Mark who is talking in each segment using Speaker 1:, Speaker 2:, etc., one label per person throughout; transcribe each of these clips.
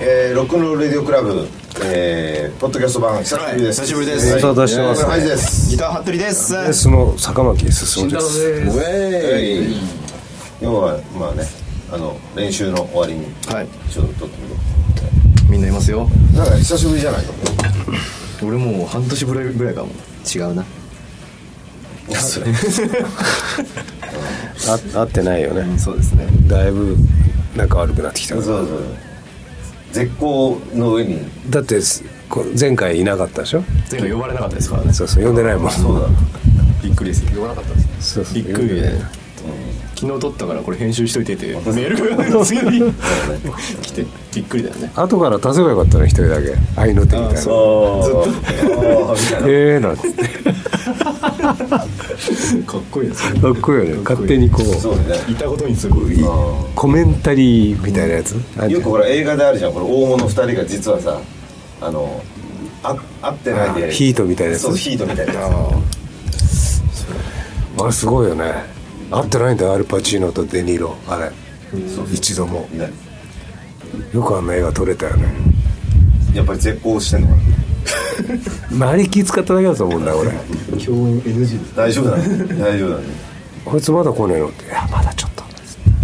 Speaker 1: えー、ロックンロールレディオクラブ、えー、ポッドキャスト版久しぶりです
Speaker 2: 久しぶりです
Speaker 1: はい
Speaker 3: ご無沙汰してます
Speaker 1: はいはいです
Speaker 2: ギター服部です
Speaker 3: でその坂巻進です
Speaker 1: ウェイ今日はまあねあの練習の終わりに
Speaker 2: はい
Speaker 1: ちょっと撮ってみよ
Speaker 2: みんないますよ
Speaker 1: うなんか久しぶりじゃないか
Speaker 2: 俺もう半年ぶりぐらいかも違うな
Speaker 3: あ合ってないよね
Speaker 2: そうですね
Speaker 3: だいぶ仲悪くなってきた
Speaker 1: そうそうそう絶好の上に
Speaker 3: だってすこう前回いなかったでしょ
Speaker 2: 前回呼ばれなかったですからね
Speaker 3: そうそう呼んでないもん
Speaker 1: そうだ
Speaker 2: びっくりです呼ばなかったです
Speaker 3: そうそう
Speaker 2: びっくりね昨日撮ったからこれ編集しといてってメールが次に来てびっくりだよね
Speaker 3: 後から足せばよかったね一人だけ愛の手みたいな
Speaker 2: あそ
Speaker 1: ああみたいな
Speaker 3: ええなんて
Speaker 2: かっこいいです
Speaker 3: かっこいいよね勝手にこ
Speaker 1: そううね
Speaker 2: いたことにすごい
Speaker 3: コメンタリーみたいなやつあんじゃ
Speaker 1: よ
Speaker 3: ん
Speaker 1: くほら映画であるじゃんこれ大物2人が実はさあのあ合ってない
Speaker 3: あ
Speaker 1: で
Speaker 3: ヒートみたいなやつ
Speaker 1: そうヒートみたいなや
Speaker 3: あれすごいよね合ってないんだよアルパチーノとデニーロあれ一度も
Speaker 1: つね
Speaker 3: よくあんな映画撮れたよね
Speaker 1: やっぱり絶好してんのかな
Speaker 3: 周り気使っただけだと思うんだよ俺
Speaker 2: 共演 NG です
Speaker 1: 大丈夫だね大丈夫だね
Speaker 3: こいつまだ来ねえのっていやまだちょっと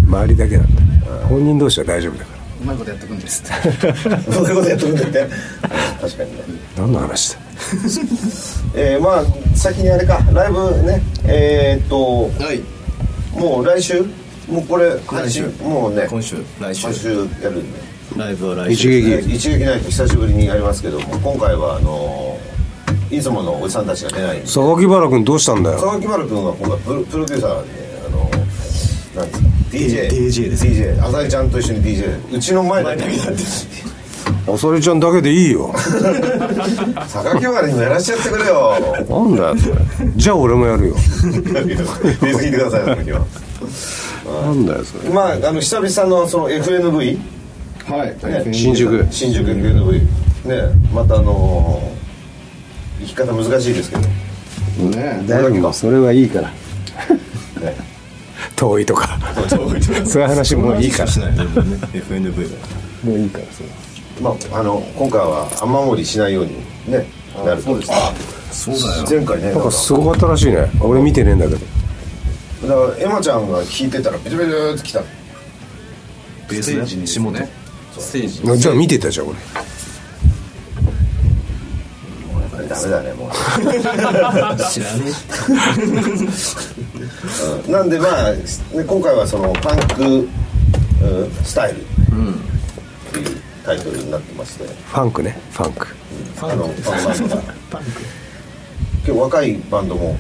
Speaker 3: 周りだけなんだ本人同士は大丈夫だか
Speaker 4: うまいことやってくんですって
Speaker 1: そんなことやっとくんだって確かにね
Speaker 3: ら何の話だ
Speaker 1: えー、まあ先にあれかライブねえー、っと
Speaker 4: はい
Speaker 1: もう来週もうこれ
Speaker 4: 来週
Speaker 1: もうね
Speaker 4: 今週来週
Speaker 1: 今週やるんで
Speaker 4: ライブは来
Speaker 3: 一
Speaker 4: 週
Speaker 1: え
Speaker 3: 撃
Speaker 1: ー一撃ないと久しぶりにやりますけども今回はあのーいつものおじさんたちが出ないんで
Speaker 3: 榊原君どうしたんだよ
Speaker 1: 榊原君は今回プロプロデューサーなんであのなんですか DJ
Speaker 2: DJ です
Speaker 1: DJ 浅井ちゃんと一緒に DJ でうちの前だけなんで
Speaker 3: おそれちゃんだけでいいよ
Speaker 1: 榊原にもやらしちゃってくれよ
Speaker 3: なんだよそれじゃあ俺もやるよ
Speaker 1: 水聞いてくださいその時は
Speaker 3: なんだよそれ
Speaker 1: まああの久々のその FNV
Speaker 2: はい
Speaker 3: 新宿
Speaker 1: 新宿 FNV ねまたあのー生き方難しいですけどね
Speaker 2: ね
Speaker 3: 大丈夫それはいいから遠いとかそういう話もういいから
Speaker 2: しないねもうね FNV だ
Speaker 3: もういいからそ
Speaker 1: まああの今回は雨漏りしないようにねなるそうです
Speaker 4: そうだよ
Speaker 1: 前回ね
Speaker 3: なん
Speaker 1: なん
Speaker 3: か
Speaker 1: か
Speaker 3: すごかったらしいね俺見てねえんだけど
Speaker 1: だからエマちゃんが聞いてたらビチビチってきた
Speaker 2: ベー
Speaker 4: ステージに
Speaker 2: ス下
Speaker 4: ねステージ
Speaker 3: じゃあ見てたじゃん俺
Speaker 1: ダメだねもう
Speaker 4: 知らね
Speaker 1: なんでまあね今回はそのパンクうんスタイルっていうタイトルになってまして、
Speaker 3: ファンクねファンク
Speaker 1: あのパンバンドが今日若いバンドも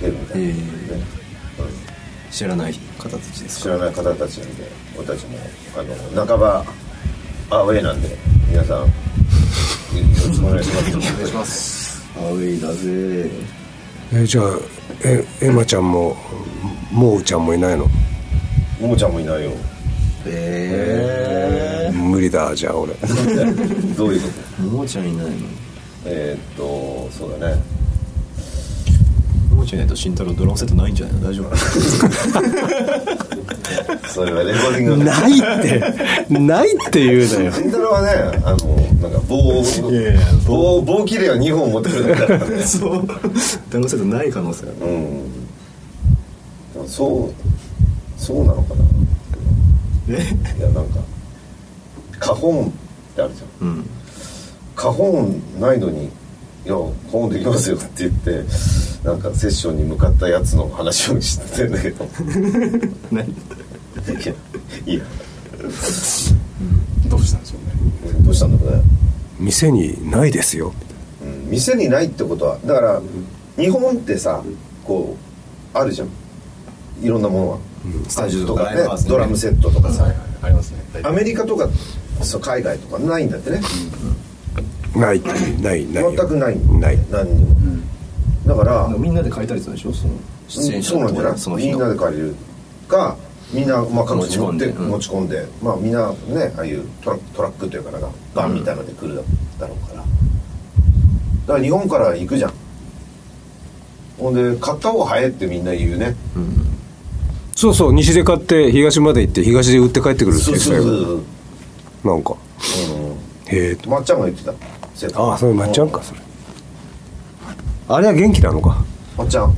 Speaker 1: 出るみたいな、ね
Speaker 2: 知らない形です
Speaker 1: 知らない方たちなんで俺たちもあの半ばアウェーなんで皆さんよろしくお願いします
Speaker 4: えます
Speaker 2: アウェイだぜ
Speaker 3: えじゃあえエマちゃんもモウちゃんもいないの
Speaker 1: ももちゃんもいないよ
Speaker 2: え
Speaker 3: 無理だじゃあ俺
Speaker 1: どういうこと
Speaker 2: えももちゃんいないの
Speaker 1: えー、っとそうだね
Speaker 2: ももちゃんいないと慎太郎ドラムセットないんじゃないの大丈夫
Speaker 1: それはレコーディングの
Speaker 3: ないってないって言うなよ
Speaker 1: 慎太郎はねあのなんか棒を
Speaker 2: いやいや
Speaker 1: 棒棒切れを2本持ってくるんだからね
Speaker 2: そうドラムセットない可能性ある
Speaker 1: うんでもそうそうなのかな
Speaker 2: え
Speaker 1: いやなんか花本ってあるじゃん
Speaker 2: うん
Speaker 1: 花本ないのに「いや本できますよ」って言ってなんかセッションに向かったやつの話を知ってんだけ ど
Speaker 2: 何
Speaker 1: いやいいや
Speaker 4: どうしたんでしょうね
Speaker 1: どうしたんだろうね、
Speaker 3: 店にないですよ
Speaker 1: うん、店にないってことはだから日本ってさこうあるじゃんいろんなものは、スタジオとかね
Speaker 2: ライブハウスね
Speaker 1: ドラムセットとかさ、
Speaker 4: ありますね
Speaker 1: アメリカとかそう海外とかないんだってね
Speaker 3: ないってないないよ
Speaker 1: 全くない
Speaker 3: ない
Speaker 1: 何にも、だから
Speaker 2: みんなで書いたりするでしょその出演者
Speaker 1: そうなんじゃな
Speaker 2: その
Speaker 1: いみ
Speaker 2: 日
Speaker 1: んな
Speaker 2: の
Speaker 1: で借りるかみんな、まあ、各
Speaker 2: 持
Speaker 1: 自
Speaker 2: ち込
Speaker 1: 持
Speaker 2: ん
Speaker 1: っ
Speaker 2: で
Speaker 1: て
Speaker 2: うん
Speaker 1: 持ち込んで、まあみんなねああいうトラトラックというかなんかバンみたいなので来るだろうから、だから日本から行くじゃんほんで買った方が早いってみんな言うね
Speaker 3: そうそう西で買って東まで行って東で売って帰ってくるって
Speaker 1: そ
Speaker 3: いううスタ
Speaker 1: そ
Speaker 3: イ
Speaker 1: う
Speaker 3: ル
Speaker 1: そう
Speaker 3: なんか
Speaker 1: うん
Speaker 3: へえと
Speaker 1: まっちゃんが言ってた生徒
Speaker 3: ああそれまっちゃんかそれあれは元気なのか
Speaker 1: まっちゃん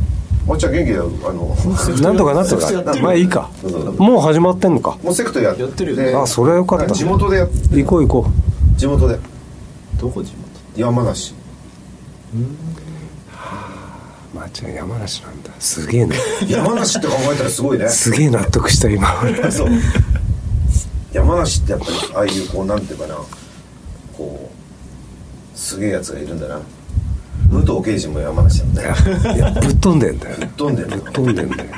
Speaker 1: まっちゃん元気だよあの
Speaker 3: なんとかなって
Speaker 2: セ
Speaker 3: る
Speaker 2: フトや
Speaker 3: か
Speaker 2: って
Speaker 3: ら
Speaker 2: る
Speaker 3: まあいいか
Speaker 1: そうそう
Speaker 3: もう始まってんのか
Speaker 1: もうセクトや
Speaker 2: やってるよね
Speaker 3: あそれはよかった
Speaker 1: 地元でやっ
Speaker 3: 行こう行こ
Speaker 1: 地元で
Speaker 2: どこ地元
Speaker 1: 山梨
Speaker 3: うまっちゃん山梨なんだすげ えな
Speaker 1: 山梨って考えたらすごい ね
Speaker 3: すげえ納得した 今
Speaker 1: そう山梨ってやっぱりああいうこうなんていうかなこうすげえやつがいるんだな武藤刑事も山梨なんだよ
Speaker 3: いやぶっ飛んでんだよね
Speaker 1: 飛んでる
Speaker 3: ぶっ飛んでんだよ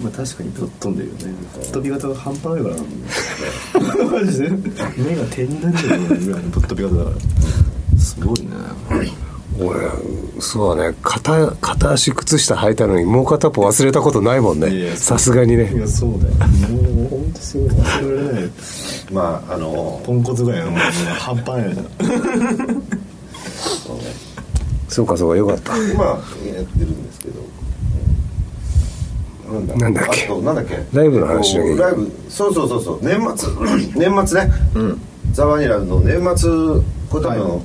Speaker 2: まあ確かにぶっ飛んでるよねぶっ飛び方が半端ないからな マジで目が点になるようなぐらいのぶっ飛び方だからすごいね
Speaker 3: 俺そうだね片片足靴下履いたのにもう片方忘れたことないもん
Speaker 2: いやい
Speaker 3: ね
Speaker 2: や
Speaker 3: さすがに
Speaker 2: い
Speaker 3: ね
Speaker 2: やそうだよもうほんとすごい忘れられないよ
Speaker 1: まああの
Speaker 2: ポンコツぐらいのもう半端ないよね
Speaker 3: そうかそうかよかった
Speaker 1: 今やってるんですけど、うんな
Speaker 3: なんだっけ
Speaker 1: あとなんだっけ
Speaker 3: ライブの話だけ
Speaker 1: こうライブそうそうそうそう年末 年末ね、ザ・バニラの年末これ多分、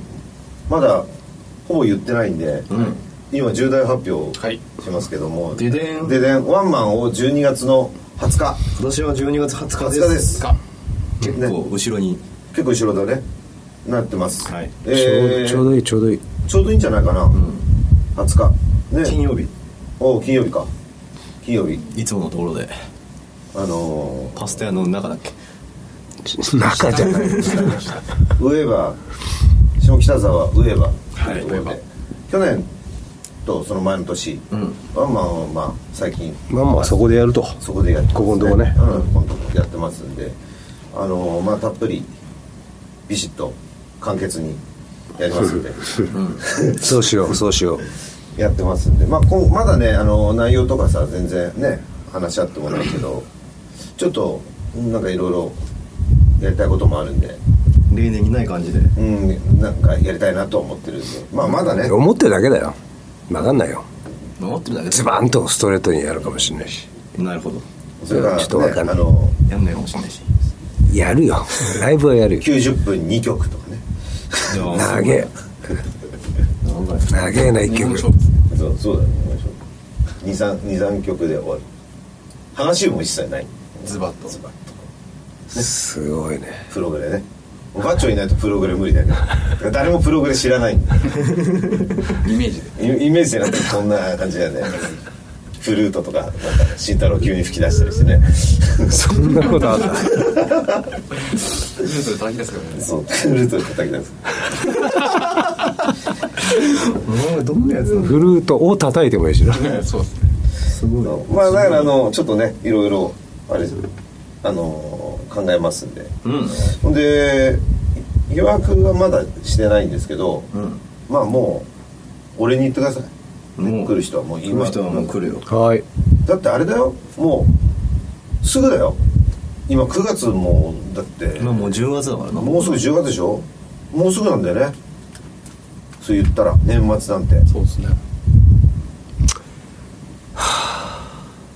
Speaker 1: まだほぼ言ってないんで、今重大発表
Speaker 2: はい
Speaker 1: しますけども、
Speaker 2: ででん
Speaker 1: ででんワンマンを12月の20日
Speaker 2: 今年は12月20
Speaker 1: 20
Speaker 2: 日
Speaker 1: 日
Speaker 2: です
Speaker 1: です
Speaker 2: か
Speaker 1: ね
Speaker 2: 結構後ろに
Speaker 1: 結構後ろだねなってます、
Speaker 2: はい
Speaker 1: え
Speaker 3: ち
Speaker 1: ー
Speaker 3: ょうちょうどいいちょうどいい
Speaker 1: ちょうどいいんじゃないかな、20日ね
Speaker 2: 金曜日
Speaker 1: お金曜日か金曜日
Speaker 2: いつものところで
Speaker 1: あの
Speaker 2: パスタ屋の中だっけ
Speaker 3: 中じゃない
Speaker 1: ー、上は下北沢上は
Speaker 2: はい
Speaker 1: ということで
Speaker 2: 上羽
Speaker 1: 去年とその前の年、
Speaker 2: ん
Speaker 1: ワンマンはまあ最近
Speaker 3: まあまあそこでやると
Speaker 1: そこでやってます、
Speaker 3: ここんとこね
Speaker 1: うん、ここんとこやってますんであのー、まあたっぷりビシッと簡潔にやります んで
Speaker 3: そうしようそうしよう
Speaker 1: やってますんでまあこんまだねあのー内容とかさ全然ね話し合ってもないけどちょっとなんかいろいろやりたいこともあるんで
Speaker 2: 例年にない感じで
Speaker 1: うん、なんかやりたいなと思ってるんで、まあ、まだね、
Speaker 3: 思ってるだけだよ分かんないよ
Speaker 2: 守ってるだけで
Speaker 3: ズバンとストレートにやるかもしれないし
Speaker 2: なるほど
Speaker 1: それから、
Speaker 3: ちょっとわかん
Speaker 1: ね、
Speaker 3: な
Speaker 1: あ
Speaker 3: い
Speaker 1: の
Speaker 2: やんないかもしれないし
Speaker 3: やるよライブはやる よ
Speaker 1: 90分2曲とかね、
Speaker 2: じゃあ
Speaker 3: 長え
Speaker 2: 長い
Speaker 3: 長えな一曲
Speaker 1: そうそうだね、2、3, 2 3曲で終わる、話も一切ない、
Speaker 4: ズバッと
Speaker 1: ズバッと
Speaker 3: すごいね
Speaker 1: プログレね、おばあちゃんいないとプログレ無理だけど、誰もプログレ知らない んだよ
Speaker 4: イメージで
Speaker 1: イイメージでなんかこんな感じだよね、フルートとか、なんか慎太郎急に吹き出したりしてね、
Speaker 3: そんなことあった
Speaker 4: ルートで叩き出すからね
Speaker 1: そう、フルートで叩き出す。
Speaker 2: お前どんなやつなの
Speaker 3: フルートを叩いてもいいしな
Speaker 4: ねそうですね
Speaker 2: すごいな
Speaker 1: まあだからあのちょっとねいろいろあれあの考えますんで、
Speaker 2: うん
Speaker 1: ほんで予約はまだしてないんですけど、
Speaker 2: ん
Speaker 1: まあもう俺に言ってください、ね
Speaker 2: もう
Speaker 1: 来る人はもう
Speaker 2: 今
Speaker 1: 今
Speaker 2: 人はもう来るよ
Speaker 3: はい
Speaker 1: だってあれだよもうすぐだよ今9月もだって
Speaker 2: 今もう10月だからな
Speaker 1: もうすぐ10月でしょもうすぐなんだよねそう言ったら年末なんて
Speaker 4: そうですね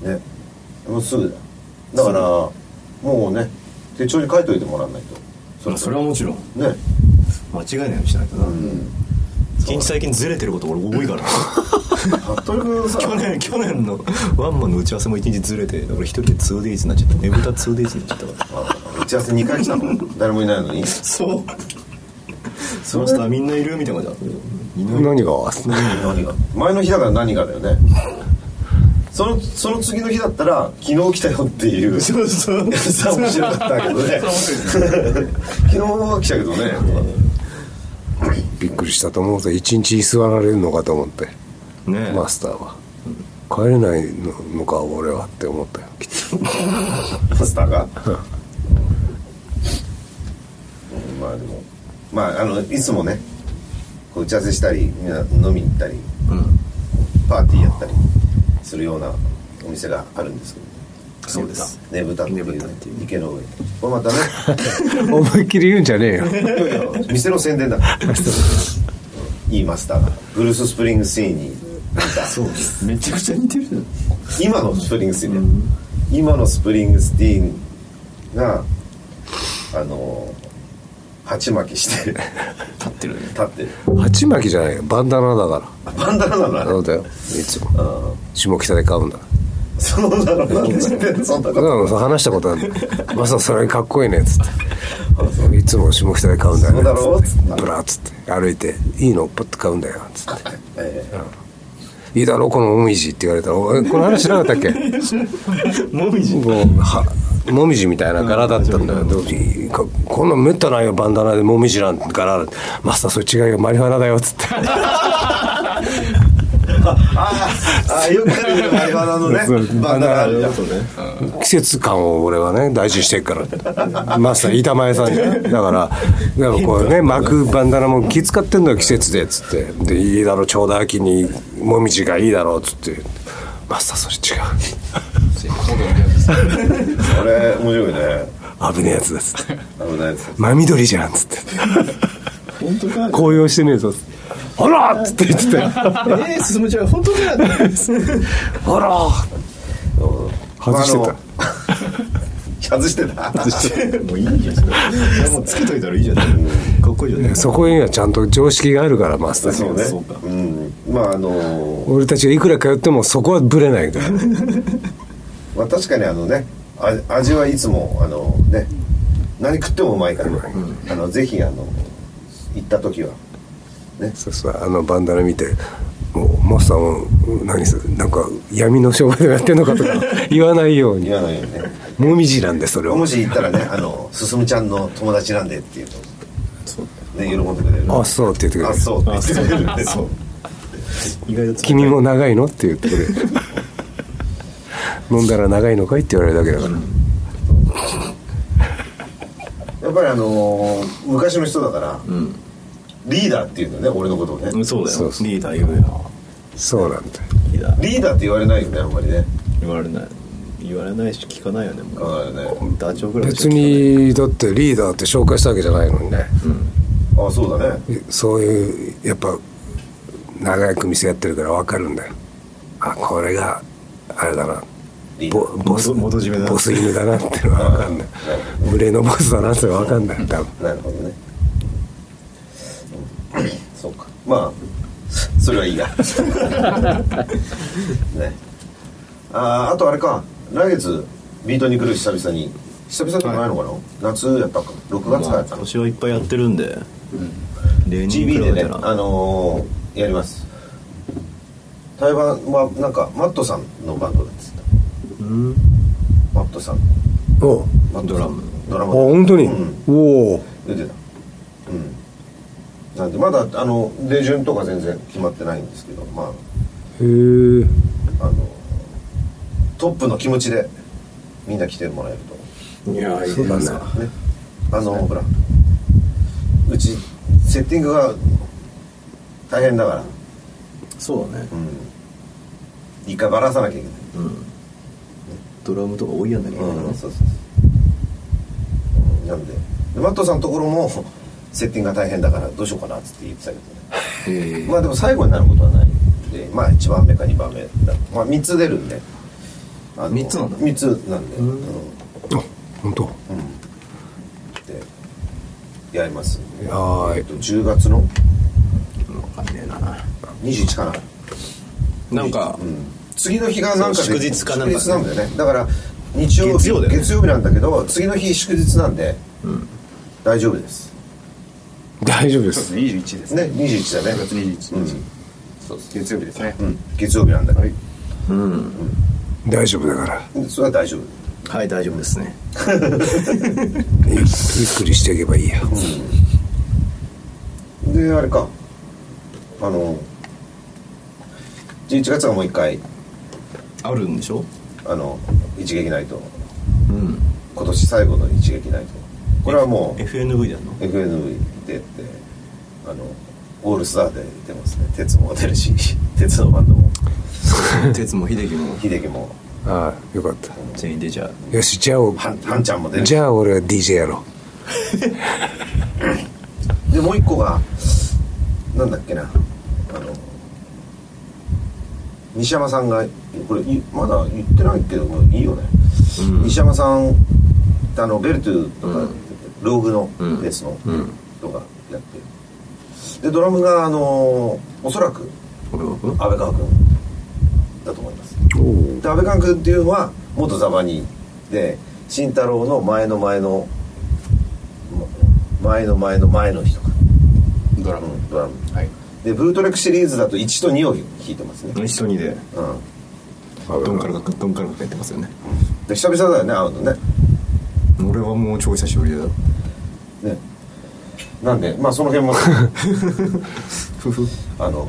Speaker 1: ねもうすぐだだからもうね手帳に書いといてもらわないと
Speaker 2: それそれはもちろん
Speaker 1: ね
Speaker 2: 間違いないようにしないとな一日最近ずれてること俺多いから
Speaker 1: 服部君さ
Speaker 2: 去年去年のワンマンの打ち合わせも一日ずれて俺一人で 2days になっちゃったねぶた 2days になっちゃったから
Speaker 1: あ打ち合わせ2回来たの誰もいないのに
Speaker 2: そうその人はみんないるみたいな感じだったいない
Speaker 3: 何が
Speaker 1: 何が前の日だから何がだよねそのその次の日だったら昨日来たよっていうさ
Speaker 2: そうそう
Speaker 1: 面白かったけどね昨日は来たけどね
Speaker 3: びっくりしたと思うと一日居座られるのかと思って
Speaker 2: ねえ
Speaker 3: マスターは帰れないのか俺はって 思ったよきっ
Speaker 1: マスターが、うんまあでもまああのいつもねこう打ち合わせしたりみんな飲みに行ったり
Speaker 2: うん
Speaker 1: パーティーやったりするようなお店があるんですけどね
Speaker 2: そうです
Speaker 1: ねぶたっていう
Speaker 2: ねぶた
Speaker 1: ね
Speaker 2: っていう
Speaker 1: 池の上これまたね
Speaker 3: と思いっきり言うんじゃねえよ
Speaker 1: いやいや 店の宣伝だ からいいマスターがブルース・スプリングスティーンに似た
Speaker 2: そうですめちゃくちゃ似てるじゃん
Speaker 1: 今のスプリングスティーンだよ今のスプリングスティーンがあのー鉢巻きして
Speaker 2: 立ってるね
Speaker 1: 立ってる
Speaker 3: 鉢巻きじゃないよバンダナだか
Speaker 1: あバンダナなのあ
Speaker 3: ら
Speaker 1: れ
Speaker 3: そうだよいつも
Speaker 1: うん
Speaker 3: 下北で買うんだ
Speaker 1: そうなのなんで知ってんのそんな
Speaker 3: だ
Speaker 1: こ
Speaker 3: か
Speaker 1: と
Speaker 3: ら話したことあるまさそれかっこいいねっつっていつも下北で買うんだよね
Speaker 1: そうだろう
Speaker 3: つって
Speaker 1: つって
Speaker 3: ブラっつって歩いて「いいのパッと買うんだよ」つって
Speaker 1: ええ
Speaker 3: 「いいだろこのもみじ」って言われたらおい「この話しなかったっけ?」
Speaker 2: もみじ
Speaker 3: もうはもみじみたいな柄だったんだよ、どうしここんなんめったないよバンダナでもみじなんて柄マスターそれ違うよマリファナだよっつって
Speaker 1: ああああよくあるマリファナのね
Speaker 3: そう
Speaker 1: バンダナあるじゃん
Speaker 2: そうね
Speaker 3: 季節感を俺はね大事にしてるからマスター板前さんじゃんだからなんかこうね巻くバンダナも気使ってんのよ季節でっつってでいいだろちょうど秋にもみじがいいだろうっつってマスターそれ違う
Speaker 4: コードのやつです
Speaker 1: あれ面白いね
Speaker 3: 危ねえやつだっつって
Speaker 1: 危ないやつ
Speaker 3: 真緑じゃんっつって
Speaker 2: 本当か
Speaker 3: 紅葉してねえぞっつってあらっつって 言ってたよ
Speaker 2: えー、進むちゃん本当か
Speaker 3: あら外して
Speaker 1: あ
Speaker 3: た
Speaker 1: の外してた
Speaker 2: もういいじゃんそれいやもうつけといたらいいじゃんかっこいいよね
Speaker 3: そこにはちゃんと常識があるからマスター
Speaker 1: そうね
Speaker 2: そうか
Speaker 1: うんまああの
Speaker 3: 俺たちがいくら通ってもそこはブレな いから
Speaker 1: まあ確かにあのねあ味はいつもあのね何食ってもうまいから、あのぜひあの行った時は
Speaker 3: そうそうあのバンダナ見てもうマスターも何するなんか闇の商売でもやってんのか とか言わないように
Speaker 1: 言わないようにね
Speaker 3: もみじなんでそれ
Speaker 1: も
Speaker 3: を
Speaker 1: し行ったらねあの進ちゃんの友達なんでっていうと
Speaker 2: そう
Speaker 1: ね喜んでくれる
Speaker 3: あそうって言ってくれ
Speaker 1: あ
Speaker 3: る
Speaker 1: そうって言
Speaker 2: あ
Speaker 1: って
Speaker 2: そ
Speaker 1: く
Speaker 2: う
Speaker 1: れるね
Speaker 2: そう意外とつ
Speaker 3: 君も長いのって言ってくれ る飲んだら長いのかいって言われるだけだから、
Speaker 1: やっぱりあのー昔の人だから、
Speaker 2: ん
Speaker 1: リーダーっていうのね俺のことをね、
Speaker 2: うんそうだよ
Speaker 3: そうそう
Speaker 2: リーダー言うよ
Speaker 3: そうなんだよ
Speaker 2: リーダー
Speaker 1: リーダーって言われないよねあんまりね
Speaker 2: 言われない言われないし聞かないよね
Speaker 1: 言
Speaker 2: もう
Speaker 1: わないよね
Speaker 2: ダチョウぐらいしか
Speaker 3: 別
Speaker 2: 聞かない
Speaker 3: にだってリーダーって紹介したわけじゃないのにね
Speaker 1: あそうだね
Speaker 3: そういうやっぱ長く店やってるから分かるんだよあこれがあれだな
Speaker 1: リーダ
Speaker 3: ボ
Speaker 1: ー
Speaker 3: ボス
Speaker 2: 元元締めだ
Speaker 3: ボス犬だなってのは分かんない群れのボスだなってのは分かんない多分
Speaker 1: なるほどね、うんそうかまあそれはいいや ねあーあとあれか来月ビートに来る久々に久々とかないのかな、夏やったか6月か
Speaker 2: ま
Speaker 1: らや
Speaker 2: あ
Speaker 1: ったの、
Speaker 2: 年はいっぱいやってるんで例年に比
Speaker 1: GB で
Speaker 2: べ
Speaker 1: ね
Speaker 2: た
Speaker 1: あ
Speaker 2: ら
Speaker 1: のーやります台湾はなんかマットさんのバンドだっつった
Speaker 2: うん
Speaker 1: マットさん
Speaker 3: おう
Speaker 1: マット
Speaker 2: ド
Speaker 1: さ
Speaker 2: ラ
Speaker 1: ん
Speaker 2: ム
Speaker 1: ドラ
Speaker 3: あ
Speaker 1: ム
Speaker 3: 本当に、
Speaker 1: うん
Speaker 3: おお
Speaker 1: 出てたうんなんでまだあの出順とか全然決まってないんですけどま
Speaker 3: へえ
Speaker 1: ああのトップの気持ちでみんな来てもらえる
Speaker 2: いや
Speaker 3: そうだね
Speaker 1: とねあのほらうちセッティングが大変だから
Speaker 2: そうだね
Speaker 1: うん一回ばらさなきゃいけない
Speaker 2: うんドラムとか多いやんだけど
Speaker 1: うん
Speaker 2: ね
Speaker 1: そうそうそうなんででマットさんのところもセッティングが大変だからどうしようかなっつって言ってたけどね
Speaker 2: え
Speaker 1: まあでも最後になることはないでまあ1番目か2番目だまあ3つ出るんであの
Speaker 2: 三つなんだ
Speaker 1: 三つなんで、
Speaker 2: うん
Speaker 1: うん
Speaker 3: あ本当
Speaker 1: でやります
Speaker 3: はーい
Speaker 1: えっと10月の
Speaker 2: わかんねえな
Speaker 1: 21かな、
Speaker 2: なんか
Speaker 1: うん、次の日がなんかで
Speaker 2: そう祝日かなんかね
Speaker 1: 祝日なんだよねだから日曜日
Speaker 2: 月曜だよね
Speaker 1: 月曜日なんだけど次の日祝日なんで
Speaker 2: うん
Speaker 1: 大丈夫です
Speaker 3: 大丈夫で
Speaker 4: そうですすね21です
Speaker 1: ね21だね
Speaker 4: 6月21日そうです月曜日ですね
Speaker 1: うん、うん、月曜日なんだから、
Speaker 2: うん
Speaker 3: 大丈夫だから
Speaker 1: それは大丈夫
Speaker 2: はい大丈夫ですね
Speaker 3: ゆっゆっくりしていけばいいや
Speaker 1: であれかあの11月はもう一回
Speaker 2: あるんでしょ
Speaker 1: あの一撃ナイト
Speaker 2: うん
Speaker 1: 今年最後の一撃ナイトこれはもう
Speaker 2: FNV だの
Speaker 1: FNV 出てあのオールスターで出ますね鉄も出るし鉄のバンドも
Speaker 2: 鉄も秀樹も
Speaker 1: 秀樹も
Speaker 3: ああよかった
Speaker 2: 全員出ちゃう
Speaker 3: よしじゃあお
Speaker 1: ハンハンちゃんも出るし
Speaker 3: じゃあ俺は DJ やろ
Speaker 1: でもう一個がなんだっけなあの西山さんがこれいまだ言ってないけどもいいよね、
Speaker 2: うん
Speaker 1: 西山さんあのベルトゥとか、
Speaker 2: うん
Speaker 1: ローグのベースの人がやってるでドラムがあのおそらく
Speaker 5: 俺は
Speaker 1: 安倍川君だと思いますで安倍川君っていうのは元ザバニーで慎太郎の前の前のま前の前の前の人か
Speaker 6: ドラ
Speaker 1: う
Speaker 6: ム
Speaker 1: んドラム
Speaker 6: はい
Speaker 1: でブルートレックシリーズだと1と2を弾いてますね、
Speaker 5: 一緒にで
Speaker 1: うん、
Speaker 5: ドンからかドンからかやってますよね
Speaker 1: で久々だよね会うのね
Speaker 5: 俺はもう超久しぶりだ
Speaker 1: ねなんでまあその辺も
Speaker 5: ふふ
Speaker 1: あの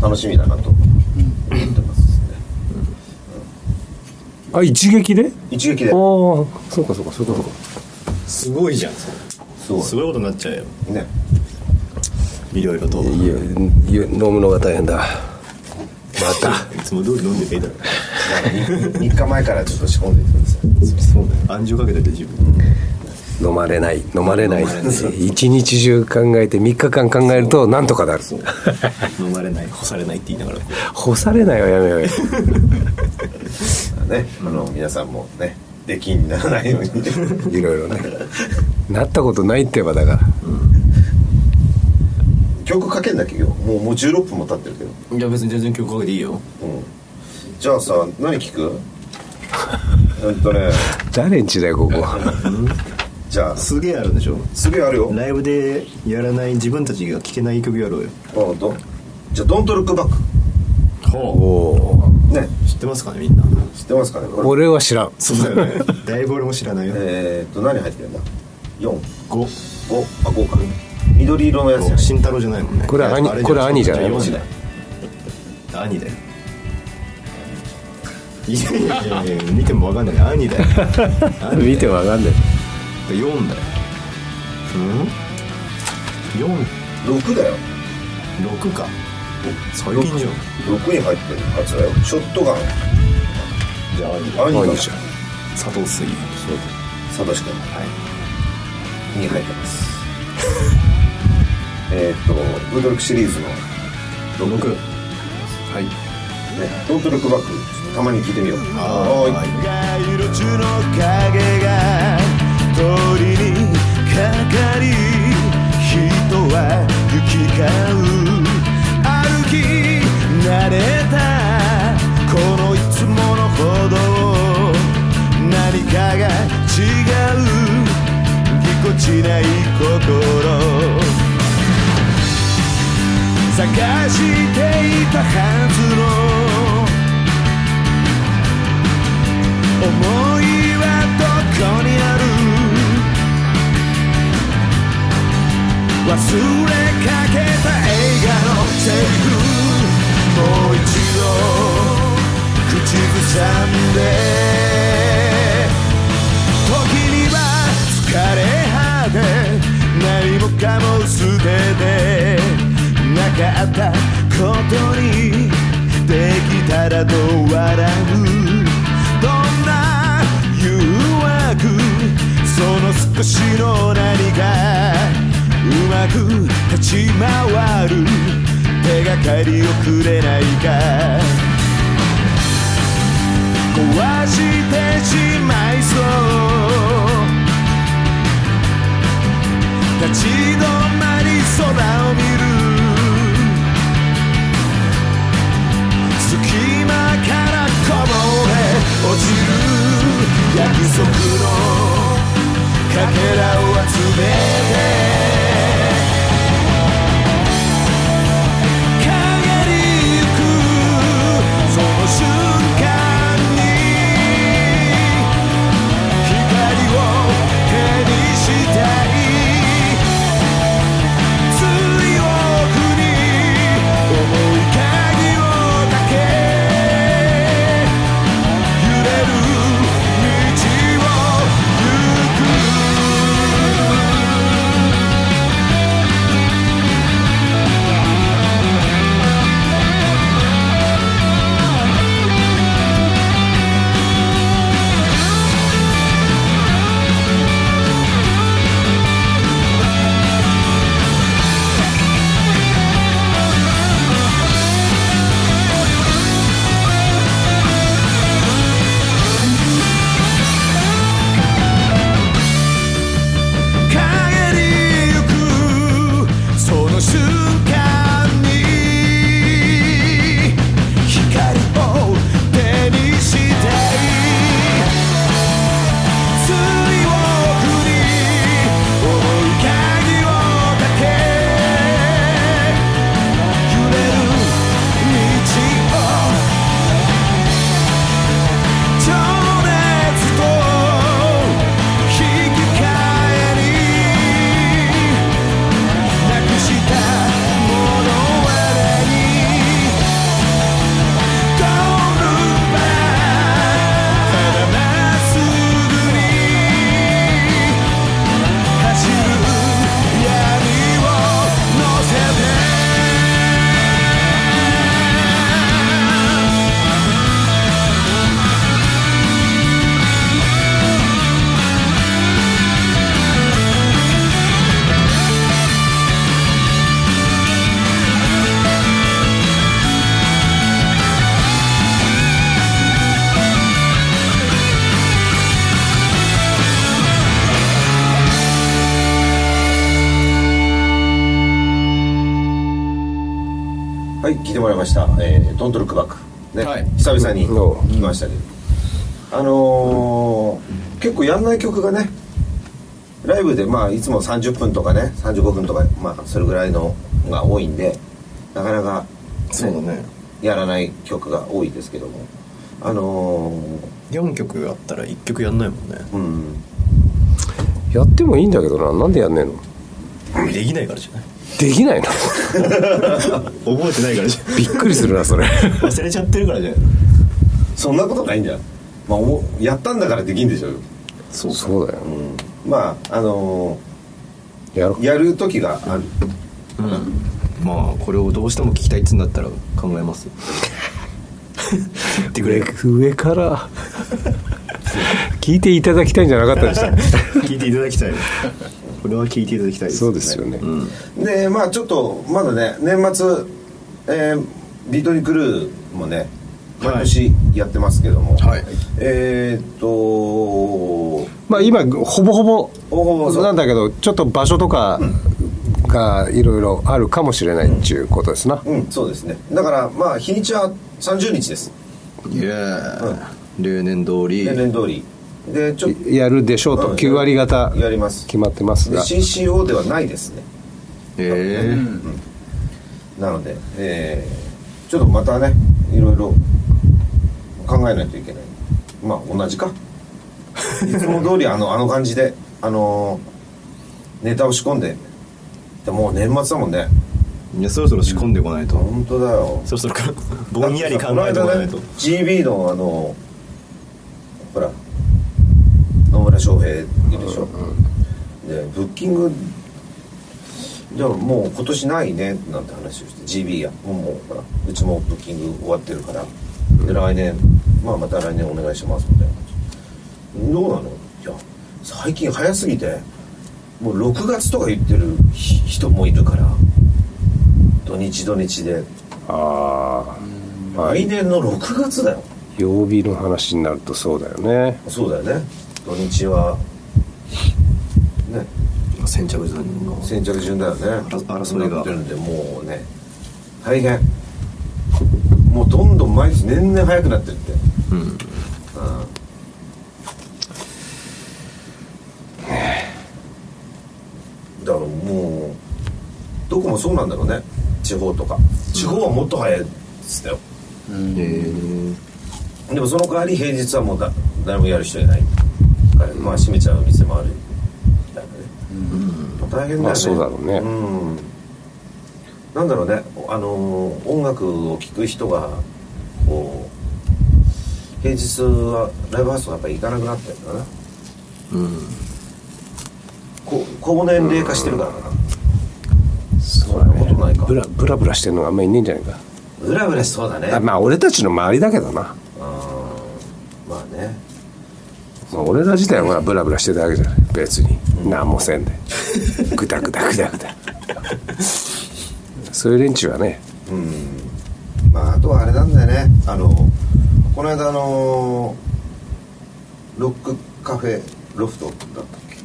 Speaker 1: 楽しみだなと思ってますね
Speaker 3: あ一撃で
Speaker 1: 一撃
Speaker 3: ああ
Speaker 1: で
Speaker 3: そうかそうかそうかそうか
Speaker 5: すごいじゃん
Speaker 1: すご
Speaker 5: すごいことになっちゃうよ
Speaker 1: いね
Speaker 5: いろいろとい
Speaker 3: いやいや飲むのが大変だまた
Speaker 5: つも通り飲んでていいだろ
Speaker 1: 3日前からちょっと仕込んでいてください
Speaker 5: そうだよ暗示をかけてて自分
Speaker 3: 飲まれない飲まれない一日中考えて3日間考えるとなんとかなる
Speaker 5: 飲まれない干されないって言いながら
Speaker 3: 干されないはやめようよ
Speaker 1: ね、あの皆さんもね出禁にならないように
Speaker 3: いろいろねなったことないってばだから
Speaker 1: 曲かけんだっけどもうもう16分も経ってるけど、
Speaker 5: いや別に全然曲かけていいよ
Speaker 1: うん、じゃあさ何聞くうんとね
Speaker 3: 誰んちだよここ
Speaker 1: じゃあす
Speaker 5: すげえあるんでしょ
Speaker 1: すげえあるよ
Speaker 5: ライブでやらない自分たちが聴けない曲やろうよ
Speaker 1: ほんとじゃあ「ドントルックバック
Speaker 5: ほ」
Speaker 1: ね
Speaker 5: う知ってますかねみんな
Speaker 1: 知ってますかねこれ
Speaker 3: 俺は知らん
Speaker 5: そうだよ ねだいぶ俺も知らないよ
Speaker 1: えー、っと何入ってるんだ45
Speaker 5: 五
Speaker 1: あ5か緑色のやつじゃない
Speaker 5: 慎太郎じゃないもんね
Speaker 3: これ兄
Speaker 5: あ
Speaker 3: これ兄じゃない
Speaker 5: 四だよ兄だよいやいやいやいや見ても分かんない兄だよ兄
Speaker 3: 見てわかんない
Speaker 5: 4だようん
Speaker 1: 6だよ
Speaker 5: 46か最近じゃん
Speaker 1: 6に入ってるやつだよショットガン
Speaker 5: じゃあ兄だ
Speaker 1: 兄が
Speaker 3: 兄じゃん
Speaker 5: 佐藤水泳
Speaker 1: そうだサトシ君
Speaker 5: はい
Speaker 1: に入ってます えーっとブードルクシリーズの
Speaker 5: 6
Speaker 3: はい
Speaker 1: ね、トートルクバックたまに聞いてみよう
Speaker 5: あー
Speaker 1: はーい
Speaker 2: 色中の影が鳥にかかり人は行き交う歩き慣れたこのいつもの歩道何かが違うぎこちない心探していたはずの思いはどこにある忘れかけた映画のセリフもう一度口ずさんで時には疲れ果て何もかも捨ててなかったことにできたらどう笑うどんな誘惑その少しの何かうまく立ち回る手がかりをくれないか壊してしまいそう立ち止まり空を見る隙間からこぼれ落ちる約束のかけらを集めて「かがりゆくその瞬間に」「光を手にしたい」「
Speaker 1: はい聞いてもらいました「えー、ドントルックバック」ね、
Speaker 4: はい
Speaker 1: 久々に
Speaker 3: うん
Speaker 1: 聞きましたけど、あのー結構やんない曲がねライブでまあいつも30分とかね35分とかまあそれぐらいのが多いんでなかなか、ね
Speaker 2: そうだね
Speaker 1: やらない曲が多いですけどもあの
Speaker 2: 4曲あったら1曲やんないもんね
Speaker 1: ー、うん
Speaker 3: やってもいいんだけどななんでやんねえの
Speaker 2: できないからじゃない
Speaker 3: できないの
Speaker 2: 覚えてないからじゃ
Speaker 3: びっくりするなそれ
Speaker 2: ない忘れちゃってるからじゃない
Speaker 1: そんなことないんじゃん、まあ、おもやったんだからできんでしょうよ
Speaker 2: そ
Speaker 3: そうだよ
Speaker 1: まああの
Speaker 3: やろ
Speaker 1: ー、やる時がある
Speaker 2: うんまあこれをどうしても聞きたいっつうんだったら考えます言ってくれ
Speaker 3: 上上から聞いていただきたいんじゃなかったでした
Speaker 2: 聞いていただきたいこれは聞いていただきたいですね
Speaker 3: そうですよね
Speaker 2: うん
Speaker 1: でまあちょっとまだね年末、えービートニクルーもね毎年やってますけども、
Speaker 2: はい
Speaker 1: えーっとお
Speaker 3: まあ今ほぼほぼ
Speaker 1: ー
Speaker 3: なんだけどちょっと場所とかがいろいろあるかもしれないっていうことですな、
Speaker 1: うんそうですねだからまあ日にちは30日です
Speaker 2: いや例年通り
Speaker 1: 例年通りでちょっと
Speaker 3: やるでしょう
Speaker 1: う
Speaker 3: と
Speaker 1: ん
Speaker 3: 9割方
Speaker 1: やります
Speaker 3: 決まってます
Speaker 1: で
Speaker 3: が
Speaker 1: CCO ではないですね
Speaker 2: え
Speaker 1: なので、えーちょっとまたねいろいろ考えないといけないまあ同じかいつも通りあのあの感じであのーネタを仕込んででもう年末だもんね
Speaker 2: えいやそろそろ仕込んでこないと、
Speaker 1: 本当だよ
Speaker 2: そろそろかぼんやり考えてこないと、
Speaker 1: だってさこの間ね GB のあのほら野村翔平いるでしょ、でブッキングじゃあもう今年ないねなんて話をして GB やもうもうほらうちもブッキング終わってるからで来年、まあ、また来年お願いしますみたいなどうなのいや最近早すぎてもう6月とか言ってるひ人もいるから土日土日で
Speaker 3: ああはい
Speaker 1: 来年の6月だよ
Speaker 3: 曜日の話になるとそうだよね
Speaker 1: そうだよね土日はね
Speaker 2: 先着順の
Speaker 1: 先着順だよね
Speaker 2: ら争いが
Speaker 1: なってるんでもうね大変もうどんどん毎日年々早くなってるって
Speaker 2: うん
Speaker 1: だからもうどこもそうなんだろうね地方とか地方はもっと早いですよ
Speaker 2: え
Speaker 1: でもその代わり平日はもうだ誰もやる人いないからまあ閉めちゃう店もあるみたいなね、まあ大変だよね、
Speaker 3: まあそうだろうね
Speaker 1: んなんだろうねあのー音楽を聴く人がこう平日はライブハウスとかやっぱり行かなくなってるんだなこ高年齢化してるからかなそんなことないか
Speaker 3: ブラブラブラしてるのがあんまりいねえんじゃないか
Speaker 1: ブラブラしそうだね
Speaker 3: あまあ俺たちの周りだけどな、
Speaker 1: あーまあね
Speaker 3: まあ、俺ら自体はほらブラブラしてるだけじゃない別に何も せんでグダグダグダグダそういう連中はね
Speaker 1: うんまああとはあれなんだよねあのこの間あのロックカフェロフトだったっけ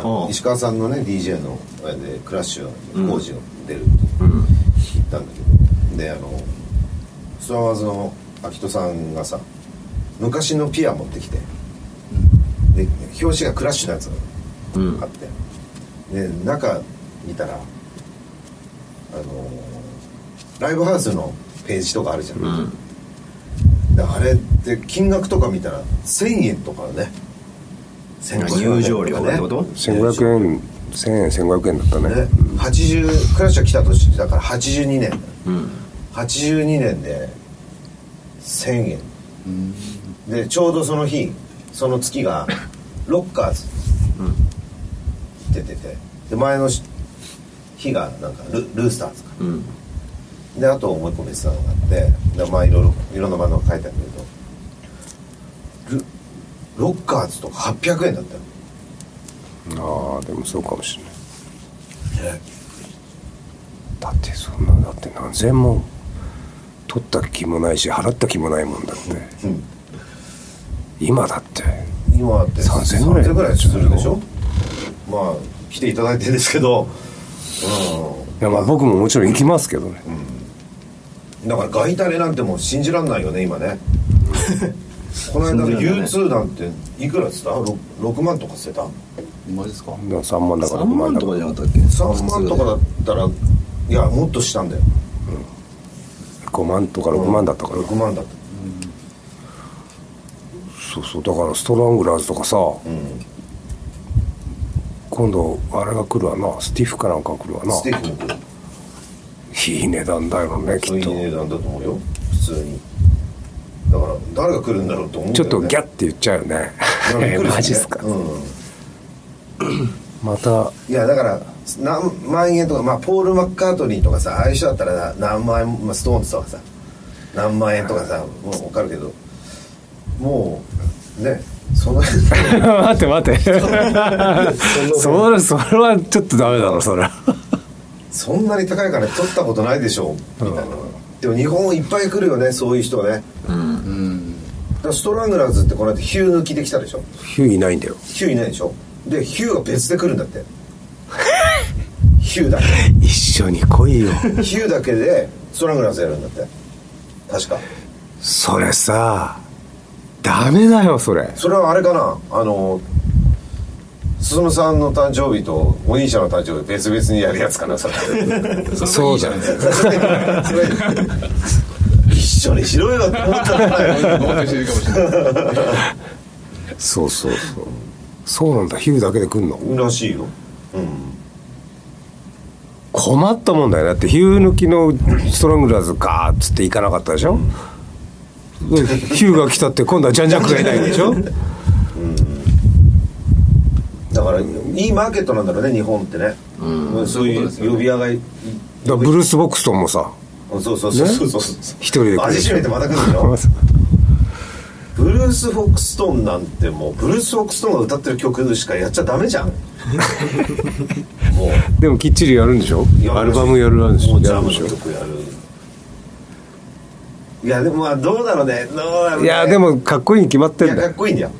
Speaker 1: あの
Speaker 2: ああ
Speaker 1: 石川さんのね DJ のあれでクラッシュ
Speaker 2: うん
Speaker 1: の工事を出るって
Speaker 2: うん
Speaker 1: 言ったんだけどであのスワワーズの秋人さんがさ昔のピア持ってきてで表紙がクラッシュのやつなの
Speaker 2: うん
Speaker 1: あってで中見たらあのライブハウスのページとかあるじゃん、
Speaker 2: うん
Speaker 1: であれって金額とか見たら1000円とかね
Speaker 2: 入場料ってこと
Speaker 3: 1500円1000円1500円だったね
Speaker 1: ね80クラッシュが来た年だから82年
Speaker 2: うん
Speaker 1: 82年で1000円でちょうどその日その月がロッカーズ出ててで前の日がなんかルルースターズか
Speaker 2: うん
Speaker 1: であと思い込めてたのがあってでまあいろいろいろんなバンドが書いてあるけどルロッカーズとか800円だったよ
Speaker 3: ああでもそうかもしれない
Speaker 1: ね
Speaker 3: だってそんなだって何千も取った気もないし払った気もないもんだって
Speaker 1: うん
Speaker 3: 今だって
Speaker 1: 今だって
Speaker 3: 3000ぐらい
Speaker 1: 3000ぐらいするでしょまあ来ていただいてるんですけどうん
Speaker 3: いやまあ僕ももちろん行きますけどね、
Speaker 1: だからガイタレなんてもう信じらんないよね今 ねこの間の
Speaker 2: 信じらんないね
Speaker 1: U2 なんていくらっつった 6, 6万とか捨てた
Speaker 4: マジですか
Speaker 3: ら3万だから
Speaker 2: 3
Speaker 3: 6
Speaker 2: 万
Speaker 3: だ
Speaker 2: と
Speaker 3: ら
Speaker 2: かじゃなかったっけ
Speaker 1: 3万とかだったらいやもっとしたんだよ
Speaker 3: 5万とか6万だったから、
Speaker 1: 6万だった
Speaker 3: そうそうだからストラングラーズとかさ、今度あれが来るわなスティフかなんかが来るわな
Speaker 1: ステーキも来る
Speaker 3: いい値段だよねき
Speaker 1: そう
Speaker 3: っ
Speaker 1: い
Speaker 3: と
Speaker 1: う値段だと思うよ普通にだから誰が来るんだろうと思うん
Speaker 3: ち
Speaker 1: だ
Speaker 3: ょっと
Speaker 1: よね
Speaker 3: ギャッて言っちゃうよ
Speaker 1: い
Speaker 3: ね
Speaker 1: やびっくりるよね
Speaker 3: マジっすか、
Speaker 1: うん
Speaker 3: また
Speaker 1: いやだから何万円とか、まあ、ポール・マッカートニーとかさああいう人だったらな何万円、まあ、ストーンズとかさ何万円とかさもう分かるけどもうねその
Speaker 3: 待って待って それそれはちょっとダメだろそれは
Speaker 1: そんなに高い金取ったことないでしょみたいな、でも日本いっぱい来るよねそういう人ねだからストラングラーズってこの間ヒュー抜きできたでしょ
Speaker 3: ヒューいないんだよ
Speaker 1: ヒューいないでしょでヒューが別で来るんだってヒューだけ
Speaker 3: 一緒に来いよ
Speaker 1: ヒューだけでストラングラーズやるんだって確か
Speaker 3: それさダメだよそれ
Speaker 1: それはあれかなあの進さんの誕生日とお兄ちゃんの誕生日別々にやるやつかなそれ
Speaker 3: そうだよ
Speaker 1: それ一緒にしろよって思ったら
Speaker 4: 僕と一緒にいるかもしれない
Speaker 3: そうそうそうそうなんだヒューだけで来んの
Speaker 1: らしいよ
Speaker 3: 困ったもんだよだってヒュー抜きのストラングラーズガーッつって行かなかったでしょ、でヒューが来たって今度はジャンジャックがいないでしょ
Speaker 1: だからいいマーケットなんだろうね日本ってねそういう呼び上がり
Speaker 3: だブルース・ボックストンもさ
Speaker 1: そうそうそうそうそう
Speaker 3: 一人で来る
Speaker 1: 味しめてまた来るでしょブルース・フォックストンなんてもうブルース・フォックストンが歌ってる曲しかやっちゃダメじ ゃんもう
Speaker 3: でもきっちりやるんでしょアルバムやるんでし
Speaker 1: も
Speaker 3: ょ
Speaker 1: うジャ
Speaker 3: や
Speaker 1: ム
Speaker 3: るん
Speaker 1: の
Speaker 3: でしょ
Speaker 1: 曲やるいやでもまあどうだろうねどうだろうね
Speaker 3: いやでもかっこいいに決まって
Speaker 1: い
Speaker 3: ん
Speaker 1: や
Speaker 3: だ
Speaker 1: か
Speaker 3: よ
Speaker 1: っこいいんだよ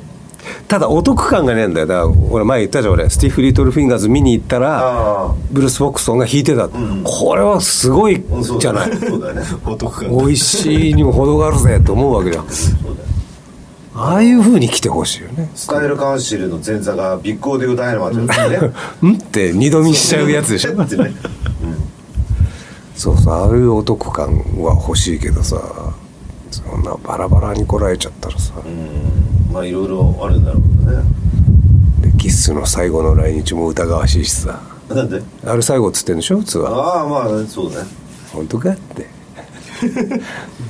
Speaker 3: ただお得感がねえんだよだから俺前言ったじゃん俺スティーフ・リトル・フィンガーズ見に行ったら
Speaker 1: あ
Speaker 3: ブルース・ボックストンが弾いてた、これはすごい
Speaker 1: あそう
Speaker 3: じゃな
Speaker 1: だ
Speaker 3: い
Speaker 1: ねそうだね
Speaker 2: お得感
Speaker 3: 美味しいにも程があるぜと思うわけじゃん
Speaker 1: そうだね
Speaker 3: ああいうふうに来てほしいよね
Speaker 1: スタイルカウンシルの前座がビッグオーディオダイナマイトだよね
Speaker 3: んって二度見 しちゃうやつでしょ
Speaker 1: ってね
Speaker 3: そうそうああいうお得感は欲しいけどさそんなバラバラに来られちゃったらさ
Speaker 1: うんまあいろいろあるんだろうけどね
Speaker 3: でキッスの最後の来日も疑わしいしさ
Speaker 1: なんで
Speaker 3: あれ最後っつってんでしょツアー
Speaker 1: ああまあそうだね
Speaker 3: 本当かって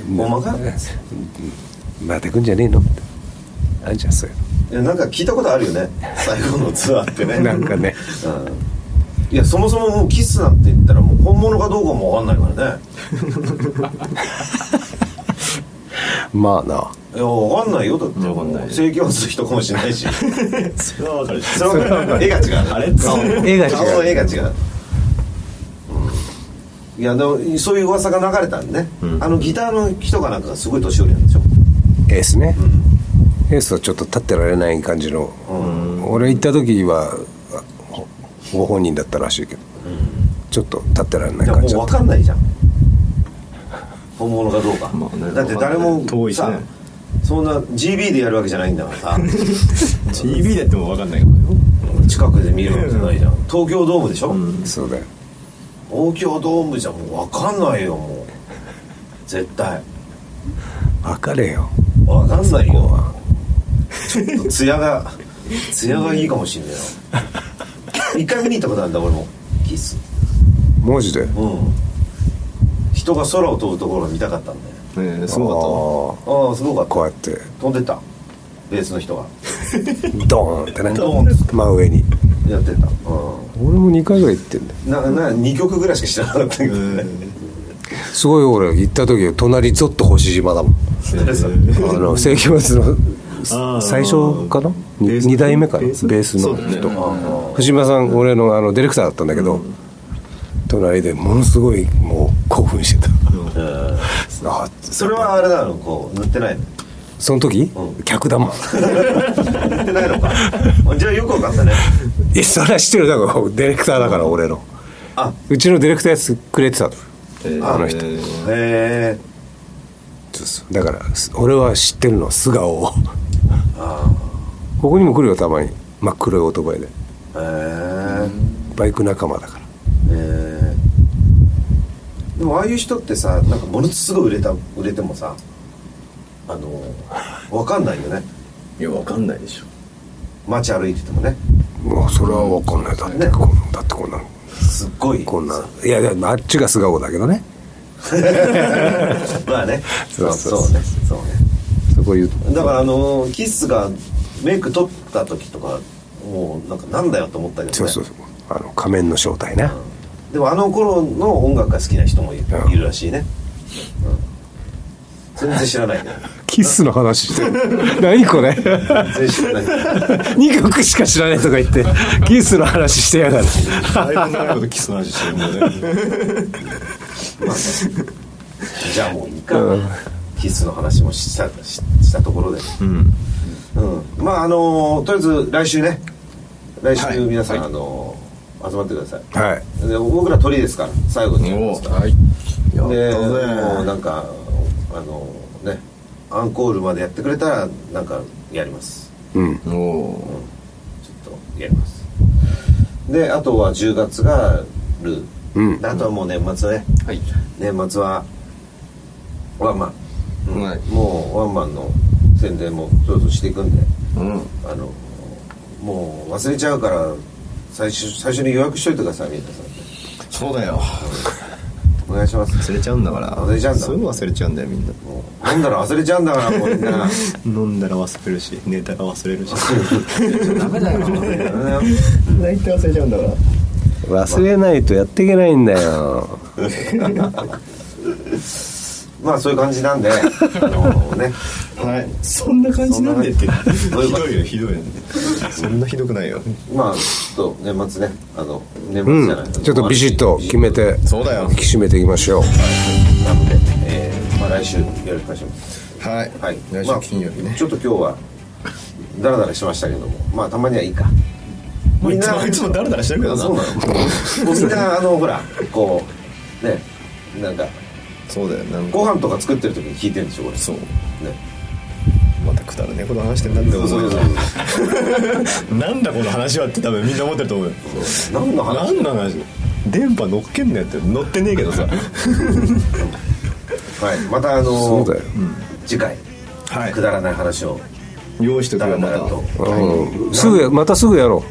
Speaker 1: ほんまか
Speaker 3: また来んじゃねえのってあんじゃんそういう
Speaker 1: いやなんか聞いたことあるよね最後のツアーってね
Speaker 3: のなんかね
Speaker 1: うんいやそもそももうキスなんて言ったらもう本物かどうかも分かんないからね
Speaker 3: まあない
Speaker 1: や分かんないよだって
Speaker 2: 分かんない
Speaker 1: 正規はする人かもしれないし
Speaker 2: それはわかる
Speaker 1: その絵が違う
Speaker 2: あれ
Speaker 1: 顔
Speaker 3: 絵が違う
Speaker 1: 顔の絵が違う、うん、いやでもそういう噂が流れたんでね、あのギターの人かなんかがすごい年寄りなんでしょ
Speaker 3: エースね、エースはちょっと立ってられない感じの、俺行った時はあほご本人だったらしいけど、ちょっと立ってられないい
Speaker 1: やもう
Speaker 3: 感じだ
Speaker 1: 分
Speaker 3: った
Speaker 1: かんないじゃん本物かどうか、
Speaker 2: まあね
Speaker 1: だって誰も
Speaker 2: 遠いしね
Speaker 1: さ、そんな GB でやるわけじゃないんだからさ
Speaker 2: TV だってもわかんないかもよ
Speaker 1: 近くで見るわけじゃないじゃん東京ドームでしょ、
Speaker 3: そうだよ
Speaker 1: 東京ドームじゃもう分かんないよもう絶対
Speaker 3: 分かれよ
Speaker 1: 分かんないよちょっと艶が艶がいいかもしれないよ一回見に行ったことあるんだ俺もキス
Speaker 3: マジで
Speaker 1: うん人が空を飛ぶところを見たかったんだよ
Speaker 2: ねえすご
Speaker 3: あ
Speaker 1: ああすごかっ
Speaker 3: あ
Speaker 1: た
Speaker 3: こうやって
Speaker 1: 飛んでったベースの人が
Speaker 3: ドーンってね
Speaker 1: ドーンっ
Speaker 3: 真上に
Speaker 1: やってた
Speaker 3: 俺も2回ぐらい行ってんだよ
Speaker 1: うんなな2曲ぐらいしか知らなかったけどね
Speaker 3: すごい俺行った時隣ゾッと星島だもん
Speaker 1: 誰それ
Speaker 3: あの世紀末の
Speaker 2: あー
Speaker 3: 最初かな
Speaker 2: ベース
Speaker 3: 2代目かなベ
Speaker 2: ベース
Speaker 3: ース
Speaker 2: そ
Speaker 3: の
Speaker 2: うだね
Speaker 3: 人
Speaker 1: あ
Speaker 3: 藤間さん俺のあのディレクターだったんだけど、隣でものすごいもう興奮してた、
Speaker 1: あうん
Speaker 3: あ
Speaker 1: それはあれなのこう塗ってないの
Speaker 3: その時、
Speaker 1: うん
Speaker 3: 客だもん
Speaker 1: 塗ってないのかあじゃあよくわかったね
Speaker 3: えそれは知ってるだからディレクターだから俺の
Speaker 1: あ
Speaker 3: うちのディレクターやつくれてたの
Speaker 2: いと
Speaker 1: あの
Speaker 2: 人
Speaker 1: へえ
Speaker 3: つですよだから俺は知ってるの素顔をここにも来るよたまに真っ黒いオートバイで
Speaker 1: えー
Speaker 3: バイク仲間だから
Speaker 1: えーでもああいう人ってさなんかものすごい売れた売れてもさあのわかんないよね
Speaker 2: いやわかんないでしょ
Speaker 1: 街歩いててもね
Speaker 3: もうそれは分かんないだって
Speaker 1: ね
Speaker 3: こんだってこんな
Speaker 1: すっごい
Speaker 3: こんないやいやあっちが素顔だけどね
Speaker 1: まあね
Speaker 3: そうそう
Speaker 1: そうねそうね
Speaker 3: そこ言う
Speaker 1: だからあのキッスがメイク取った時とかもうなんかなんだよと思ったけどね
Speaker 3: そうそうそうあの仮面の正体ね、
Speaker 1: でもあの頃の音楽が好きな人もい
Speaker 3: うん
Speaker 1: いるらしいね、うん、全然知ら ないね
Speaker 3: キスの話して る何これ
Speaker 1: 全然知らない
Speaker 3: 2曲しか知らないとか言ってキスの話してやがる
Speaker 2: だいぶ長いことキスの話してるもんね
Speaker 1: じゃあもういいか、キッスの話もしたししたところで、
Speaker 2: うん
Speaker 1: うん、まああのとりあえず来週ね来週皆さん、あの集まってください
Speaker 3: はい
Speaker 1: で僕ら鳥ですから最後にやりますから
Speaker 4: はい。
Speaker 1: でも
Speaker 2: やったぜ
Speaker 1: うなんかあのねアンコールまでやってくれたらなんかやります
Speaker 3: うん
Speaker 2: おお
Speaker 1: ちょっとやりますであとは10月がルー、
Speaker 3: うん
Speaker 1: あとはもう年末ね
Speaker 4: はい。
Speaker 1: 年末はワンマン、うん
Speaker 4: はい
Speaker 1: もうワンマンの宣伝もそろそろしていくんで
Speaker 2: うん
Speaker 1: あのもう忘れちゃうから最初最初に予約しといてください皆さん
Speaker 2: そうだよ
Speaker 1: お願いします
Speaker 2: 忘れちゃうんだから
Speaker 1: 忘れちゃうんだ
Speaker 2: そういうの忘れちゃうんだよみんな
Speaker 1: もう飲んだら忘れちゃうんだからもうみんな
Speaker 2: 飲んだら忘れるし寝たら忘れるし
Speaker 4: ダメだよ。
Speaker 2: 大体忘れちゃうんだから
Speaker 3: 忘れないとやっていけないんだよ
Speaker 1: まあそういう感じなんであのね
Speaker 2: はい、そんな感じなんでってひ
Speaker 1: そんな感
Speaker 2: どいよひどいよそんなひどくないよ
Speaker 1: まあちょっと年末ねあの年
Speaker 3: う
Speaker 1: 末じゃない、
Speaker 3: んちょっとビシッと決めて
Speaker 2: そうだよ
Speaker 3: 引き締めていきましょう
Speaker 1: なので、えーまあ、来週よろしくお願いします
Speaker 2: はい、
Speaker 1: はい
Speaker 2: 来
Speaker 1: まあ
Speaker 2: 週金曜日ね、
Speaker 1: ちょっと今日はダラダラしましたけどもまあたまにはいいか
Speaker 2: もういつもい つもだらだらしてるけど
Speaker 1: あ
Speaker 2: な
Speaker 1: そうなのみんなあのほらこうねなんか
Speaker 2: そうだよなんか
Speaker 1: ご飯とか作ってる時に聞いてるんでしょこれ
Speaker 2: そう
Speaker 1: ね
Speaker 2: またくだらねえこの話してんなって
Speaker 1: そう
Speaker 2: 思
Speaker 1: そううそ
Speaker 2: よ
Speaker 1: う
Speaker 2: なんだこの話はって多分みんな思ってると思うよ
Speaker 1: 何の話
Speaker 2: 何の話電波乗っけんなよって乗ってねえけどさ
Speaker 1: はいまたあ
Speaker 3: そ
Speaker 1: の
Speaker 3: うだよ
Speaker 1: 次回
Speaker 2: は
Speaker 1: くだらない話を
Speaker 2: 用意しとく
Speaker 1: ダ
Speaker 2: よ
Speaker 1: ラ
Speaker 2: ま
Speaker 1: ダ
Speaker 2: た
Speaker 1: ラと
Speaker 3: うんすぐやまたすぐやろ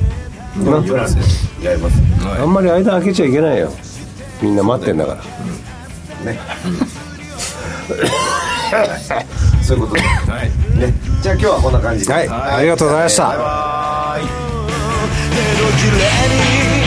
Speaker 3: うな
Speaker 1: プランでやります
Speaker 3: あんまり間開けちゃいけないよみんな待ってんだから
Speaker 1: ね、そういうことで、
Speaker 2: い
Speaker 1: ね、じゃあ今日はこんな感じで、
Speaker 3: はいありがとうございました
Speaker 1: バイバイ
Speaker 7: 手のひらに